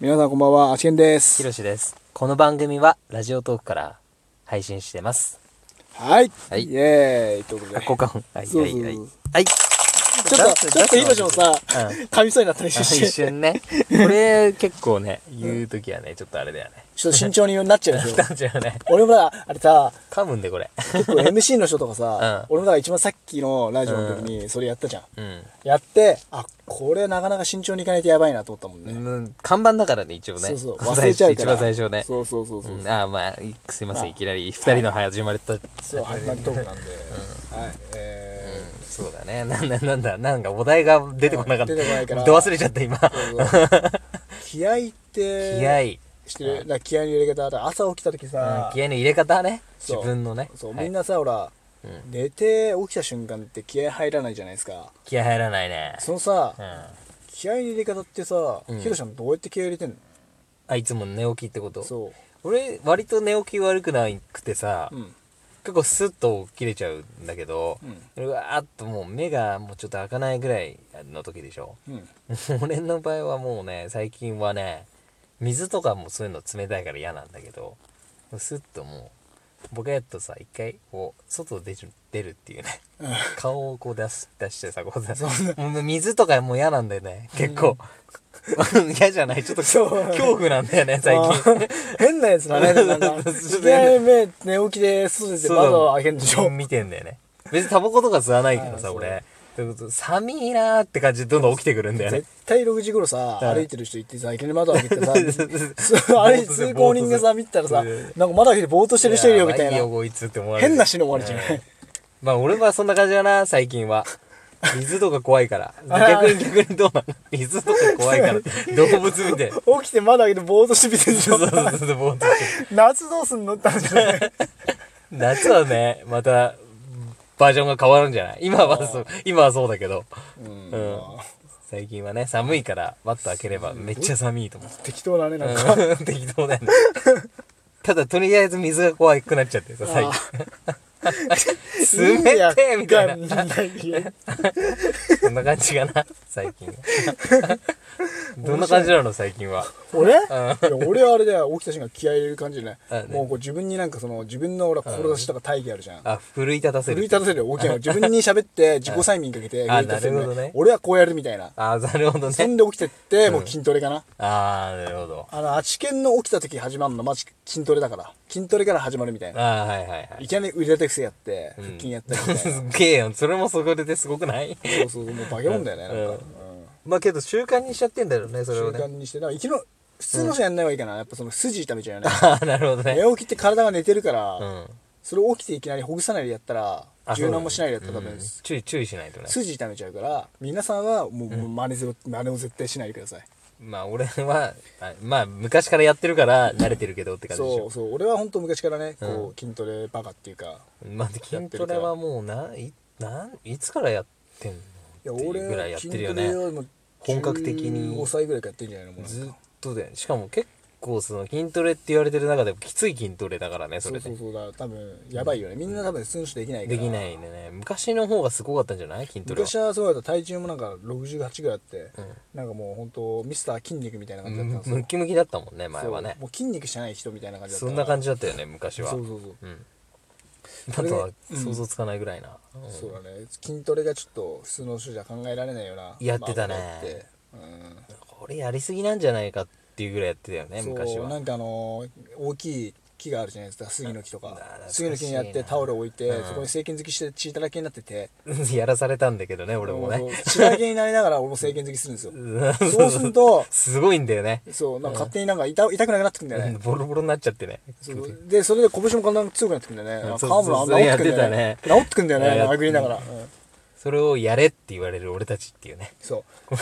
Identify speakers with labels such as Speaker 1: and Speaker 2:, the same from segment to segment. Speaker 1: 皆さんこんばんは、あしげんで
Speaker 2: ひ
Speaker 1: す。
Speaker 2: ろしです。この番組はラジオトークから配信してます。
Speaker 1: はい。
Speaker 2: はい
Speaker 1: イエーイということ
Speaker 2: あ、
Speaker 1: で。
Speaker 2: 交換。はい
Speaker 1: そう
Speaker 2: は
Speaker 1: そうそう
Speaker 2: いはい。はい。
Speaker 1: ちょっと、ちょっと今しもさ、
Speaker 2: うん
Speaker 1: 噛みそうになったり
Speaker 2: あ一
Speaker 1: して、
Speaker 2: 瞬ね。これ結構ね、言うときはね、ちょっとあれだよね。
Speaker 1: ちょっと慎重になっちゃうでしょ。
Speaker 2: なんちゃうね。
Speaker 1: 俺もだ、あれさ、
Speaker 2: 噛むんでこれ。
Speaker 1: 結構 MC の人とかさ、
Speaker 2: う
Speaker 1: 俺もだから一番さっきのラジオの時にそれやったじゃん。
Speaker 2: うん。
Speaker 1: やって、あ、これなかなか慎重にいかないとやばいなと思ったもんね。
Speaker 2: うん看板だからね、一応ね。
Speaker 1: そうそう、忘れちゃうから。
Speaker 2: 一番最初ね。
Speaker 1: そうそうそうそう。
Speaker 2: うんあーまあ、すいません、いきなり二人の始まりと。
Speaker 1: そう、始まりトークなんで。はい。え
Speaker 2: そうだね。なんだなんだ、なんかお題が出てこなかった。
Speaker 1: 出てこないから
Speaker 2: ど忘れちゃった今。
Speaker 1: ーそう そう気合って、
Speaker 2: 気合い。
Speaker 1: してる。だから気合の入れ方、だから朝起きた時
Speaker 2: うん
Speaker 1: さ、
Speaker 2: 気合の入れ方ね。
Speaker 1: そう
Speaker 2: 自分のね。
Speaker 1: そう、
Speaker 2: はい
Speaker 1: みんなさ、ほら、
Speaker 2: うん
Speaker 1: 寝て起きた瞬間って気合入らないじゃないですか。
Speaker 2: 気合入らないね。
Speaker 1: そのさ、
Speaker 2: うん。
Speaker 1: 気合の入れ方ってさ、
Speaker 2: うん
Speaker 1: ヒロちゃんどうやって気合入れてんの
Speaker 2: あ、いつも寝起きってこと
Speaker 1: そう。
Speaker 2: 俺、割と寝起き悪くなくてさ、
Speaker 1: うん。
Speaker 2: 結構スッと起きれちゃうんだけど、うわーっともう目がもうちょっと開かないぐらいの時でしょ。
Speaker 1: うん。
Speaker 2: 俺の場合はもうね、最近はね、水とかもそういうの冷たいから嫌なんだけど、スッともう、ボケっとさ、一回、こう、外出る、出るっていうね。顔をこう出す、出してさ、こうさ、もう水とかもう嫌なんだよね、結構。 嫌じゃないちょっと恐怖なんだよね、最近。
Speaker 1: 変なやつだね、 なんか。気合目、寝起きで外出て窓を開けんでしょ。
Speaker 2: 見てんだよね。別にタバコとか吸わないけど
Speaker 1: あー
Speaker 2: さ、俺。ということ寒いなーって感じでどんどん起きてくるんだよね
Speaker 1: 絶。対6時頃さ、
Speaker 2: うん
Speaker 1: 歩いてる人行ってさ、いきなり窓開け てさ、
Speaker 2: ぼーっとする
Speaker 1: あれ通行人がさ、見てたらさ、
Speaker 2: ぼーっとする
Speaker 1: なんか窓開けてぼーっとしてる人いるよみたい
Speaker 2: や
Speaker 1: な
Speaker 2: ば。こいつって思われる
Speaker 1: 変な死に思われちゃう
Speaker 2: うん
Speaker 1: ね。
Speaker 2: まあ俺はそんな感じだな、最 近は。水とか怖いから。
Speaker 1: あ
Speaker 2: 逆に逆にどうなの水とか怖いから。動物見て。
Speaker 1: 起きて窓開けてぼーっとして見てるでし
Speaker 2: そ
Speaker 1: ょ
Speaker 2: う。そうそう、ぼーっとして
Speaker 1: 夏どうすんのって話だよね。
Speaker 2: 夏はね、また、バージョンが変わるんじゃない今はそう、今はそうだけど。
Speaker 1: うん
Speaker 2: うん。最近はね、寒いから、バット開ければめっちゃ寒いと思う。
Speaker 1: 適当だね、なんか。
Speaker 2: うん適当だよね。ただ、とりあえず水が怖くなっちゃってさ、最近。冷てえみたいな。
Speaker 1: な。い
Speaker 2: そんな感じかな、最 近は。どんな感じなの、最近は。
Speaker 1: 俺いや俺はあれだよ、起きた瞬間気合い入れる感じで
Speaker 2: あ
Speaker 1: ね
Speaker 2: ね。
Speaker 1: もうこう自分になんかその、自分の俺は志とか大義あるじゃん。
Speaker 2: あ、奮い立た
Speaker 1: 奮
Speaker 2: せ
Speaker 1: い
Speaker 2: る。
Speaker 1: 立たせるよ、起きない。自分に喋って自己催眠かけて、
Speaker 2: あ
Speaker 1: 奮い立たせ
Speaker 2: なるほどね
Speaker 1: 俺はこうやるみたいな。
Speaker 2: あ、なるほど
Speaker 1: そん
Speaker 2: ね。
Speaker 1: で起きてって、もう筋トレかな。
Speaker 2: あー、なるほど。
Speaker 1: あの、あちけんの起きた時始まるの、マジ筋トレだから。筋トレから始まるみたい
Speaker 2: あ
Speaker 1: な。
Speaker 2: ー、はいはいはいい。
Speaker 1: きなり腕立て伏せやって、
Speaker 2: うん
Speaker 1: 腹筋やったりみたいな。
Speaker 2: すげえよ。それもそこですごくない
Speaker 1: そうそうそう、もう化け物だよね、なんか。うん
Speaker 2: まあけど、習慣にしちゃってんだろうね、それ
Speaker 1: 習
Speaker 2: を
Speaker 1: 慣
Speaker 2: ね。
Speaker 1: にして、なんか生きの、普通の人やんない方がいいかな。やっぱその筋痛めちゃうよね。
Speaker 2: あー、なるほど ね。
Speaker 1: 寝起きって体が寝てるから、
Speaker 2: うん。
Speaker 1: それを起きていきなりほぐさないでやったら
Speaker 2: あ
Speaker 1: 柔軟もしないでやったら多分、
Speaker 2: うん注意、注意しないとね。
Speaker 1: 筋痛めちゃうから皆さんはもう、もう真似を真似を絶対しないでください
Speaker 2: まあ俺は、あまあ昔からやってるから慣れてるけどって感じでし
Speaker 1: そう
Speaker 2: ょ。
Speaker 1: そう俺は本当昔からねこう筋トレバカっていうか、
Speaker 2: まあ筋トレはもうな、い、なん、いつからやってんのっていうぐらいやってるよね。
Speaker 1: はもう
Speaker 2: 本格的に
Speaker 1: 5歳ぐらいからやってんじゃないのもうなんか
Speaker 2: ずっとでしかも結構その筋トレって言われてる中でもきつい筋トレだからねそ
Speaker 1: そ
Speaker 2: れ
Speaker 1: う
Speaker 2: で
Speaker 1: そうそうだ多分やばいよねみんな多分数値できないから
Speaker 2: できないんでね昔の方がすごかったんじゃない筋トレは
Speaker 1: 昔はそうだった体重もなんか68ぐらいあって、
Speaker 2: ん
Speaker 1: なんかもう本当ミスター筋肉みたいな感じだったんですよ
Speaker 2: ムキムキだったもんね前はね
Speaker 1: そうもう筋肉じゃない人みたいな感じだった
Speaker 2: そんな感じだったよね昔
Speaker 1: じ
Speaker 2: は
Speaker 1: そうそうそう
Speaker 2: うん
Speaker 1: そ
Speaker 2: あ
Speaker 1: れで
Speaker 2: とは想像つかないぐらいな、うん
Speaker 1: そうだね筋トレがちょっと普通の人じゃ考えられないような
Speaker 2: やってたね
Speaker 1: まあってうん
Speaker 2: これやりすぎなんじゃないかっていうぐらいやってたよね昔
Speaker 1: そうな
Speaker 2: は
Speaker 1: んかあのー大きい木があるじゃないですか杉の木とか
Speaker 2: 懐かしいな
Speaker 1: 杉の木にやってタオルを置いて、
Speaker 2: うん
Speaker 1: そこに生剣好きして血だらけになってて
Speaker 2: やらされたんだけどね俺も
Speaker 1: もう
Speaker 2: ね
Speaker 1: 血だらけになりながら俺も生剣好きするんですよそうすると
Speaker 2: すごいんだよね
Speaker 1: そうなんか勝手になんか痛痛くなくなってくんだよね、
Speaker 2: ボロボロになっちゃってね
Speaker 1: そうでそれで拳もだんだん強くなってくんだよね
Speaker 2: うん
Speaker 1: なん
Speaker 2: そ
Speaker 1: か
Speaker 2: う
Speaker 1: 皮も
Speaker 2: そう
Speaker 1: 治ってくんだよ
Speaker 2: や
Speaker 1: ね
Speaker 2: って
Speaker 1: 治ってくんだよ
Speaker 2: や
Speaker 1: ね
Speaker 2: って
Speaker 1: 殴りながら、うん
Speaker 2: それをやれって言われる俺たちっていうね
Speaker 1: そう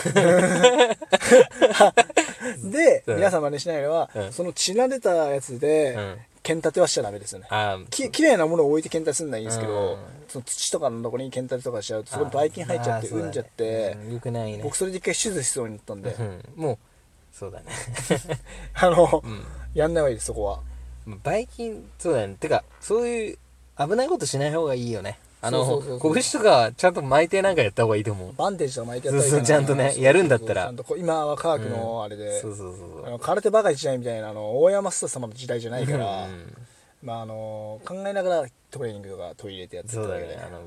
Speaker 1: で
Speaker 2: うん
Speaker 1: 皆さん真似しないのは、
Speaker 2: うん
Speaker 1: その血なでたやつで、
Speaker 2: うん
Speaker 1: 剣立てはしちゃダメですよね
Speaker 2: あー
Speaker 1: ききれいなものを置いて剣立てするのはいいんですけど、
Speaker 2: うん
Speaker 1: その土とかのとこに剣立てとかしちゃうとそこにばい菌入っちゃって
Speaker 2: あーそうだ
Speaker 1: 産んじゃって、
Speaker 2: うんよくないね
Speaker 1: 僕それで一回手術しそうになったんで、
Speaker 2: うんもうそうだね
Speaker 1: あの、やんない方がいいですそこは
Speaker 2: まあばい菌そうだねてかそういう危ないことしない方がいいよねあ
Speaker 1: そう
Speaker 2: の
Speaker 1: そうそうそう
Speaker 2: 拳とかちゃんと巻いてなんかやった方がいいと思う
Speaker 1: バンテージとか巻いて
Speaker 2: そうそうちゃんとねやるんだったら
Speaker 1: ちゃんとこう今は科学のあれで、
Speaker 2: そうそうそう
Speaker 1: あ
Speaker 2: そう
Speaker 1: の空手バカ時代みたいなあの大山須様の時代じゃないから、
Speaker 2: うん
Speaker 1: まああの考えながらトレーニングとか取り入れてやってた
Speaker 2: そ
Speaker 1: わ
Speaker 2: うだ
Speaker 1: け
Speaker 2: ね
Speaker 1: で
Speaker 2: あの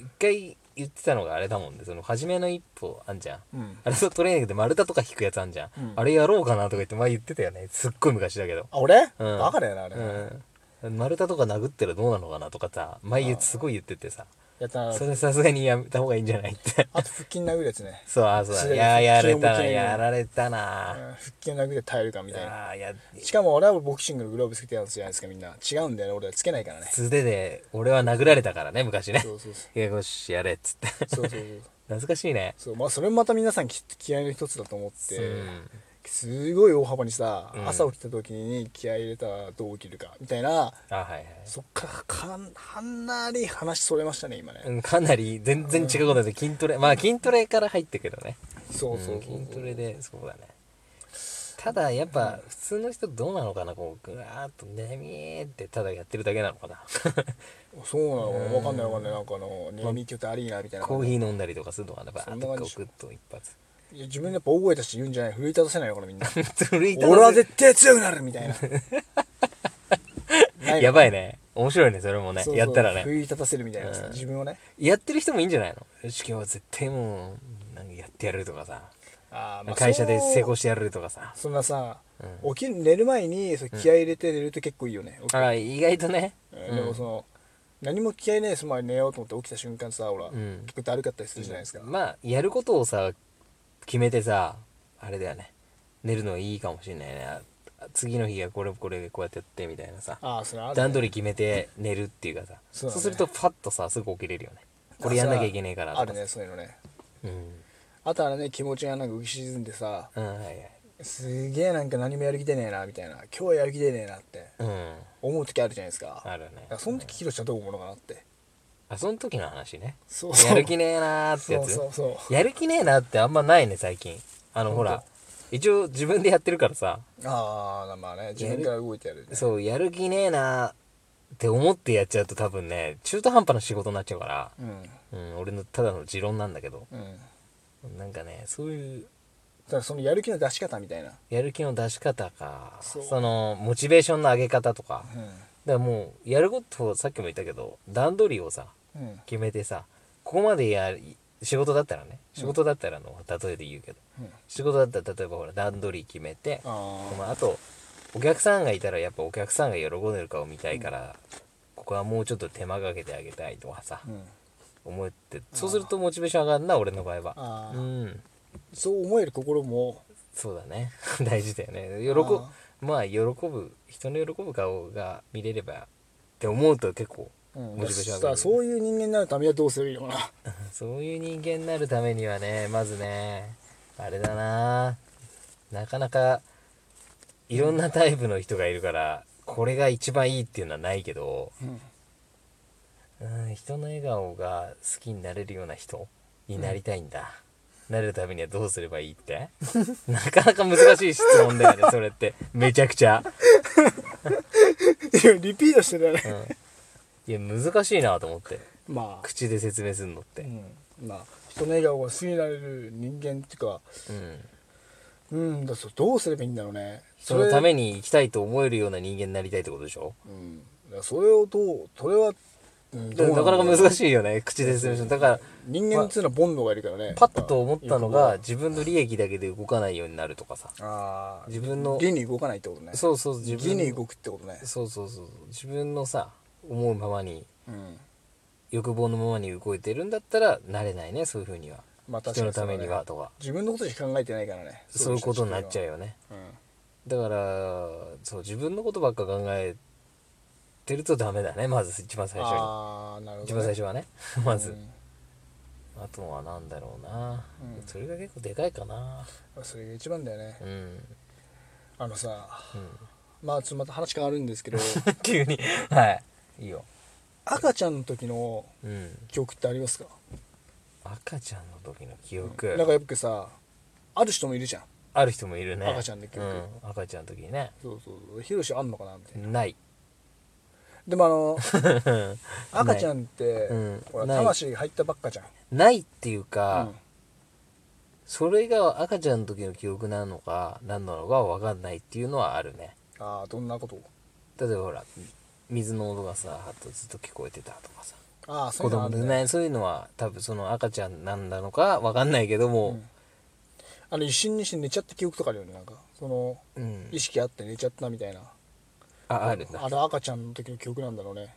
Speaker 2: 一回言ってたのがあれだもんねその初めの一歩あんじゃん
Speaker 1: うん
Speaker 2: あれのトレーニングで丸太とか引くやつあんじゃん、
Speaker 1: うん
Speaker 2: あれやろうかなとか言って前言ってたよねすっごい昔だけど
Speaker 1: あ俺、
Speaker 2: うん
Speaker 1: バカだよなあれ、
Speaker 2: うん丸太とか殴ったらどうなのかなとかさ前言ってすごい言っててさ
Speaker 1: やったな
Speaker 2: それさすがにやめた方がいいんじゃないって
Speaker 1: あと腹筋殴るやつね、
Speaker 2: そうあそう
Speaker 1: そ
Speaker 2: だ
Speaker 1: れ
Speaker 2: いややられ
Speaker 1: そ
Speaker 2: たな
Speaker 1: れも嫌い
Speaker 2: やられた
Speaker 1: うん
Speaker 2: な
Speaker 1: 腹筋殴って耐えるかみたいな
Speaker 2: あーいや
Speaker 1: しかも俺はボクシングのグローブつけてたんじゃないですかみんな違うんだよね俺はつけないからね
Speaker 2: 素手で俺は殴られたからね昔ね
Speaker 1: そうそうそ
Speaker 2: いやよしやれっつって
Speaker 1: うそうそうそうそう
Speaker 2: 懐かしいね
Speaker 1: そうまあそれもまた皆さんき気合いの一つだと思って、
Speaker 2: うん
Speaker 1: すごい大幅にさ、
Speaker 2: うん
Speaker 1: 朝起きた時に気合い入れたらどう起きるかみたいな
Speaker 2: あはいはい
Speaker 1: そっからかんかなり話それましたね今ね、
Speaker 2: うんかなり全然違うことだけど筋トレまあ筋トレから入ってけどね
Speaker 1: そうそううんそう、
Speaker 2: 筋トレでそうだねただやっぱ普通の人どうなのかなこうぐわーっとねみーってただやってるだけなの かな
Speaker 1: そうなのかな分かんない分かんないなんかあの「ねみきょってありーな」みたいな
Speaker 2: コーヒー飲んだりとかするのかなバー
Speaker 1: そ
Speaker 2: ッ
Speaker 1: んな
Speaker 2: と
Speaker 1: 感
Speaker 2: こ
Speaker 1: じでしょ
Speaker 2: うグッと一 発
Speaker 1: いや自分でやっぱ大声出して言うんじゃない奮い立たせないのかなみん な
Speaker 2: 奮い立たせ
Speaker 1: 俺は絶対強くなるみたいなないの
Speaker 2: やばいね面白いねそれもね
Speaker 1: そうそう
Speaker 2: やったら
Speaker 1: 奮
Speaker 2: ね
Speaker 1: い立たせるみたいなさ、
Speaker 2: うん
Speaker 1: 自分をね
Speaker 2: やってる人もいいんじゃないのよし今日は絶対もうなんかやってやるとかさ
Speaker 1: あー
Speaker 2: 会社で成功
Speaker 1: し
Speaker 2: してやるとかさ
Speaker 1: そんなさ、
Speaker 2: うん
Speaker 1: 起きる寝る前にそう気合い入れて寝ると結構いいよね、起き
Speaker 2: あ意外とね
Speaker 1: うんでもその何も気合いないその前に寝ようと思って起きた瞬間さほら、
Speaker 2: うん
Speaker 1: 結構だるかったりするじゃないですか、
Speaker 2: まあやることをさ決めてさあれだよね寝るのいいかもしれないねあ次の日がこれこれこうやってやってみたいなさ
Speaker 1: ああそれあるね、
Speaker 2: 段取り決めて寝るっていうかさ
Speaker 1: そ
Speaker 2: そうう,、
Speaker 1: だね
Speaker 2: するとパッとさすぐ起きれるよねこれやんなきゃいけないから
Speaker 1: あ
Speaker 2: と
Speaker 1: る
Speaker 2: か
Speaker 1: ね
Speaker 2: さ
Speaker 1: そういうのね
Speaker 2: うん
Speaker 1: あとはね気持ちがなんか浮き沈んでさ
Speaker 2: うんはいはい
Speaker 1: すげえなんか何もやる気出ねえなみたいな今日はやる気出ねえなって
Speaker 2: うん
Speaker 1: 思う時あるじゃないですか
Speaker 2: あるね
Speaker 1: だからその時ヒロシはどう思うのかなって
Speaker 2: あその時の話ね
Speaker 1: そうそう
Speaker 2: やる気ねえなーってや
Speaker 1: そう
Speaker 2: つ
Speaker 1: そうそ
Speaker 2: やる気ねえなってあんまないね最近あのほら一応自分でやってるからさ
Speaker 1: うああまあね自分から動いてやるね
Speaker 2: そう、やる気ねえなって思ってやっちゃうと多分ね、中途半端な仕事になっちゃうから、
Speaker 1: うん
Speaker 2: うん、俺のただの持論なんだけど、
Speaker 1: うん
Speaker 2: なんかね、そういう、
Speaker 1: だからそのやる気の出し方みたいな
Speaker 2: やる気の出し方か、
Speaker 1: そう
Speaker 2: その、モチベーションの上げ方とか、
Speaker 1: う
Speaker 2: だか
Speaker 1: ん
Speaker 2: らもう、やることをさっきも言ったけど、段取りをさ、
Speaker 1: うん
Speaker 2: 決めてさ、ここまでやり、仕事だったらね、仕事だったらの、例えで言うけど、
Speaker 1: うん
Speaker 2: 仕事だったら例えばほら、段取り決めて、
Speaker 1: あ
Speaker 2: まあ、あとお客さんがいたらやっぱお客さんが喜んでる顔見たいから、ここはもうちょっと手間かけてあげたいとかさ、
Speaker 1: あうん
Speaker 2: 思ってそうするとモチベーション上がるな俺の場合は
Speaker 1: あ
Speaker 2: う
Speaker 1: あ
Speaker 2: ん
Speaker 1: そう思える心も
Speaker 2: そうだね 大事だよね喜
Speaker 1: あ
Speaker 2: まあ喜ぶ人の喜ぶ顔が見れればって思うと結構
Speaker 1: うん
Speaker 2: モチベーショ
Speaker 1: だ
Speaker 2: ン上
Speaker 1: か
Speaker 2: が
Speaker 1: ら
Speaker 2: る、
Speaker 1: そういう人間になるためにはどうすればいいのかな
Speaker 2: そういう人間になるためにはねまずねあれだななかなかいろんなタイプの人がいるからこれが一番いいっていうのはないけど、
Speaker 1: うん
Speaker 2: うん人の笑顔が好きになれるような人になりたいんだ、なれるためにはどうすればいいってなかなか難しい質問だよねそれってめちゃくちゃ、
Speaker 1: いやリピートしてたよね
Speaker 2: うん、いや難しいなと思って
Speaker 1: まあ
Speaker 2: 口で説明するのって
Speaker 1: うん、まあ人の笑顔が好きになれる人間っていうか
Speaker 2: うん
Speaker 1: うんだそうどうすればいいんだろうね
Speaker 2: そのた
Speaker 1: に
Speaker 2: めに生きたいと思えるような人間になりたいってことでしょ
Speaker 1: うんだからそれをどうそれは、うん
Speaker 2: だ
Speaker 1: どう
Speaker 2: からなかなか
Speaker 1: しい
Speaker 2: 難しいよね口で説明するだから
Speaker 1: 人間っていうのは煩悩がいるからね
Speaker 2: パッと思ったのが自分の利益だけで動かないようになるとかさ
Speaker 1: ああ
Speaker 2: 自分の
Speaker 1: 義に動かないってことね
Speaker 2: そうそう自
Speaker 1: 義
Speaker 2: 分
Speaker 1: に
Speaker 2: の
Speaker 1: 動くってことね
Speaker 2: そうそうそう自分のさ思うままに
Speaker 1: うん
Speaker 2: 欲望のままに動いてるんだったらなれないねそういうふうには、
Speaker 1: まあ確かに
Speaker 2: 人の
Speaker 1: そう
Speaker 2: た
Speaker 1: だね
Speaker 2: めにはとか
Speaker 1: 自分のことしか考えてないからね
Speaker 2: そういうことになっちゃう
Speaker 1: よ、
Speaker 2: よね
Speaker 1: うん、
Speaker 2: だからそう自分のことばっか考えてるとダメだねまず一番最初に
Speaker 1: ああなるほ
Speaker 2: 一
Speaker 1: ど、
Speaker 2: 番
Speaker 1: ね、
Speaker 2: 最初はね まず、
Speaker 1: うん
Speaker 2: あとは何だろうな、
Speaker 1: うん
Speaker 2: それが結構でかいかな
Speaker 1: それが一番だよね、
Speaker 2: うん、
Speaker 1: あのさ
Speaker 2: うん、
Speaker 1: まあちょっとまた話変わるん ですけど
Speaker 2: 急にはいいいよ
Speaker 1: 赤ちゃんの時の
Speaker 2: うん
Speaker 1: 記憶ってありますか
Speaker 2: 赤ちゃんの時の記憶、
Speaker 1: なんかよくさある人もいるじゃん
Speaker 2: ある人もいるね
Speaker 1: 赤ちゃんの記憶
Speaker 2: うん、赤ちゃんの時ね
Speaker 1: そうそうそうヒロシあんのかなみたいな、
Speaker 2: ない
Speaker 1: でもあの 赤ちゃんって、
Speaker 2: うん
Speaker 1: ほら
Speaker 2: ない
Speaker 1: 魂入ったばっかじゃん、
Speaker 2: ないっていうか、
Speaker 1: うん
Speaker 2: それが赤ちゃんの時の記憶なのか何なのかは分かんないっていうのはあるね
Speaker 1: ああどんなこと
Speaker 2: 例えばほら水の音がさあとずっと聞こえてたとかさ
Speaker 1: ああそうい
Speaker 2: 子
Speaker 1: うのあ
Speaker 2: 供
Speaker 1: る
Speaker 2: で
Speaker 1: ね
Speaker 2: ねそういうのは多分その赤ちゃんなんだのか分かんないけども
Speaker 1: あの一瞬にして寝ちゃった記憶とかあるよねなんかその
Speaker 2: うん、
Speaker 1: 意識あって寝ちゃったみたいな
Speaker 2: ああるな
Speaker 1: あれ赤ちゃんの時の記憶なんだろうね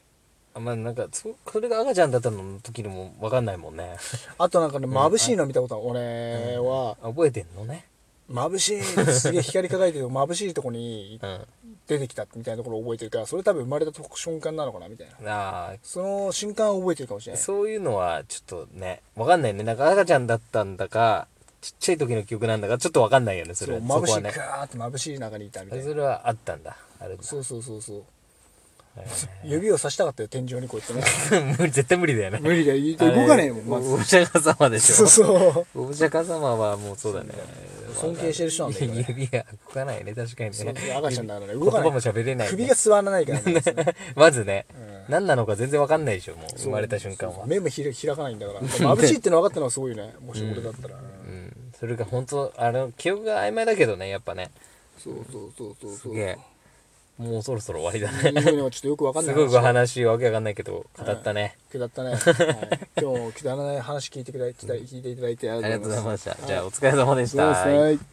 Speaker 2: あまあなんかそそれが赤ちゃんだったのの時にも分かんないもんね
Speaker 1: あとなんかね眩しいの見たことある、俺は
Speaker 2: あ覚えてんのね
Speaker 1: 眩しいすげえ光り輝いてる眩しいとこに
Speaker 2: うんあ
Speaker 1: 出てきたみたいなところを覚えてるからそれ多分生まれた瞬間なのかなみたいな
Speaker 2: あ
Speaker 1: その瞬間を覚えてるかもしれない
Speaker 2: そういうのはちょっとね分かんないねなんか赤ちゃんだったんだかちっちゃい時の記憶なんだかちょっと分かんないよねそ
Speaker 1: そう
Speaker 2: れ
Speaker 1: 眩
Speaker 2: こ
Speaker 1: し
Speaker 2: はい
Speaker 1: ガーって眩しい中にいたみたい
Speaker 2: そ
Speaker 1: な
Speaker 2: れはあったんだあるんだ
Speaker 1: そうそうそうそう
Speaker 2: あれ
Speaker 1: 指をさしたかったよ天井にこうやってね
Speaker 2: ね無理絶対 無理だよね
Speaker 1: 無理だよ動かねえ もんま
Speaker 2: ま
Speaker 1: ず
Speaker 2: ずお釈迦様でし
Speaker 1: そう
Speaker 2: ょ
Speaker 1: そ う
Speaker 2: お釈迦様はもうそうだね
Speaker 1: 尊敬してる人なんだけどね
Speaker 2: 指が動かないね確かに
Speaker 1: そう
Speaker 2: ね
Speaker 1: 赤ちゃんだからね
Speaker 2: 言
Speaker 1: 動か
Speaker 2: 葉
Speaker 1: ない
Speaker 2: も喋れないね
Speaker 1: 首が座らないからね
Speaker 2: まずね
Speaker 1: うん
Speaker 2: 何なのか全然わかんないでしょもう生まれた瞬間
Speaker 1: そう
Speaker 2: は
Speaker 1: 目もひら開かないんだから眩しいっての分かったのはすごいねもし俺だったら、
Speaker 2: うんそれが本当あの記憶が曖昧だけどねやっぱね
Speaker 1: そうそうそうそう
Speaker 2: す
Speaker 1: そう
Speaker 2: げえもうそろそろ終わりだね
Speaker 1: 日本はちょっとよく分かんな
Speaker 2: す
Speaker 1: い
Speaker 2: ごく
Speaker 1: 話
Speaker 2: 話わけわかんないけど語ったね
Speaker 1: くだった ね、はい、今日もくだらない話聞いてくだ聞いていただいてあり
Speaker 2: ありがとうございま
Speaker 1: し
Speaker 2: したじゃあお疲れ様でした
Speaker 1: た。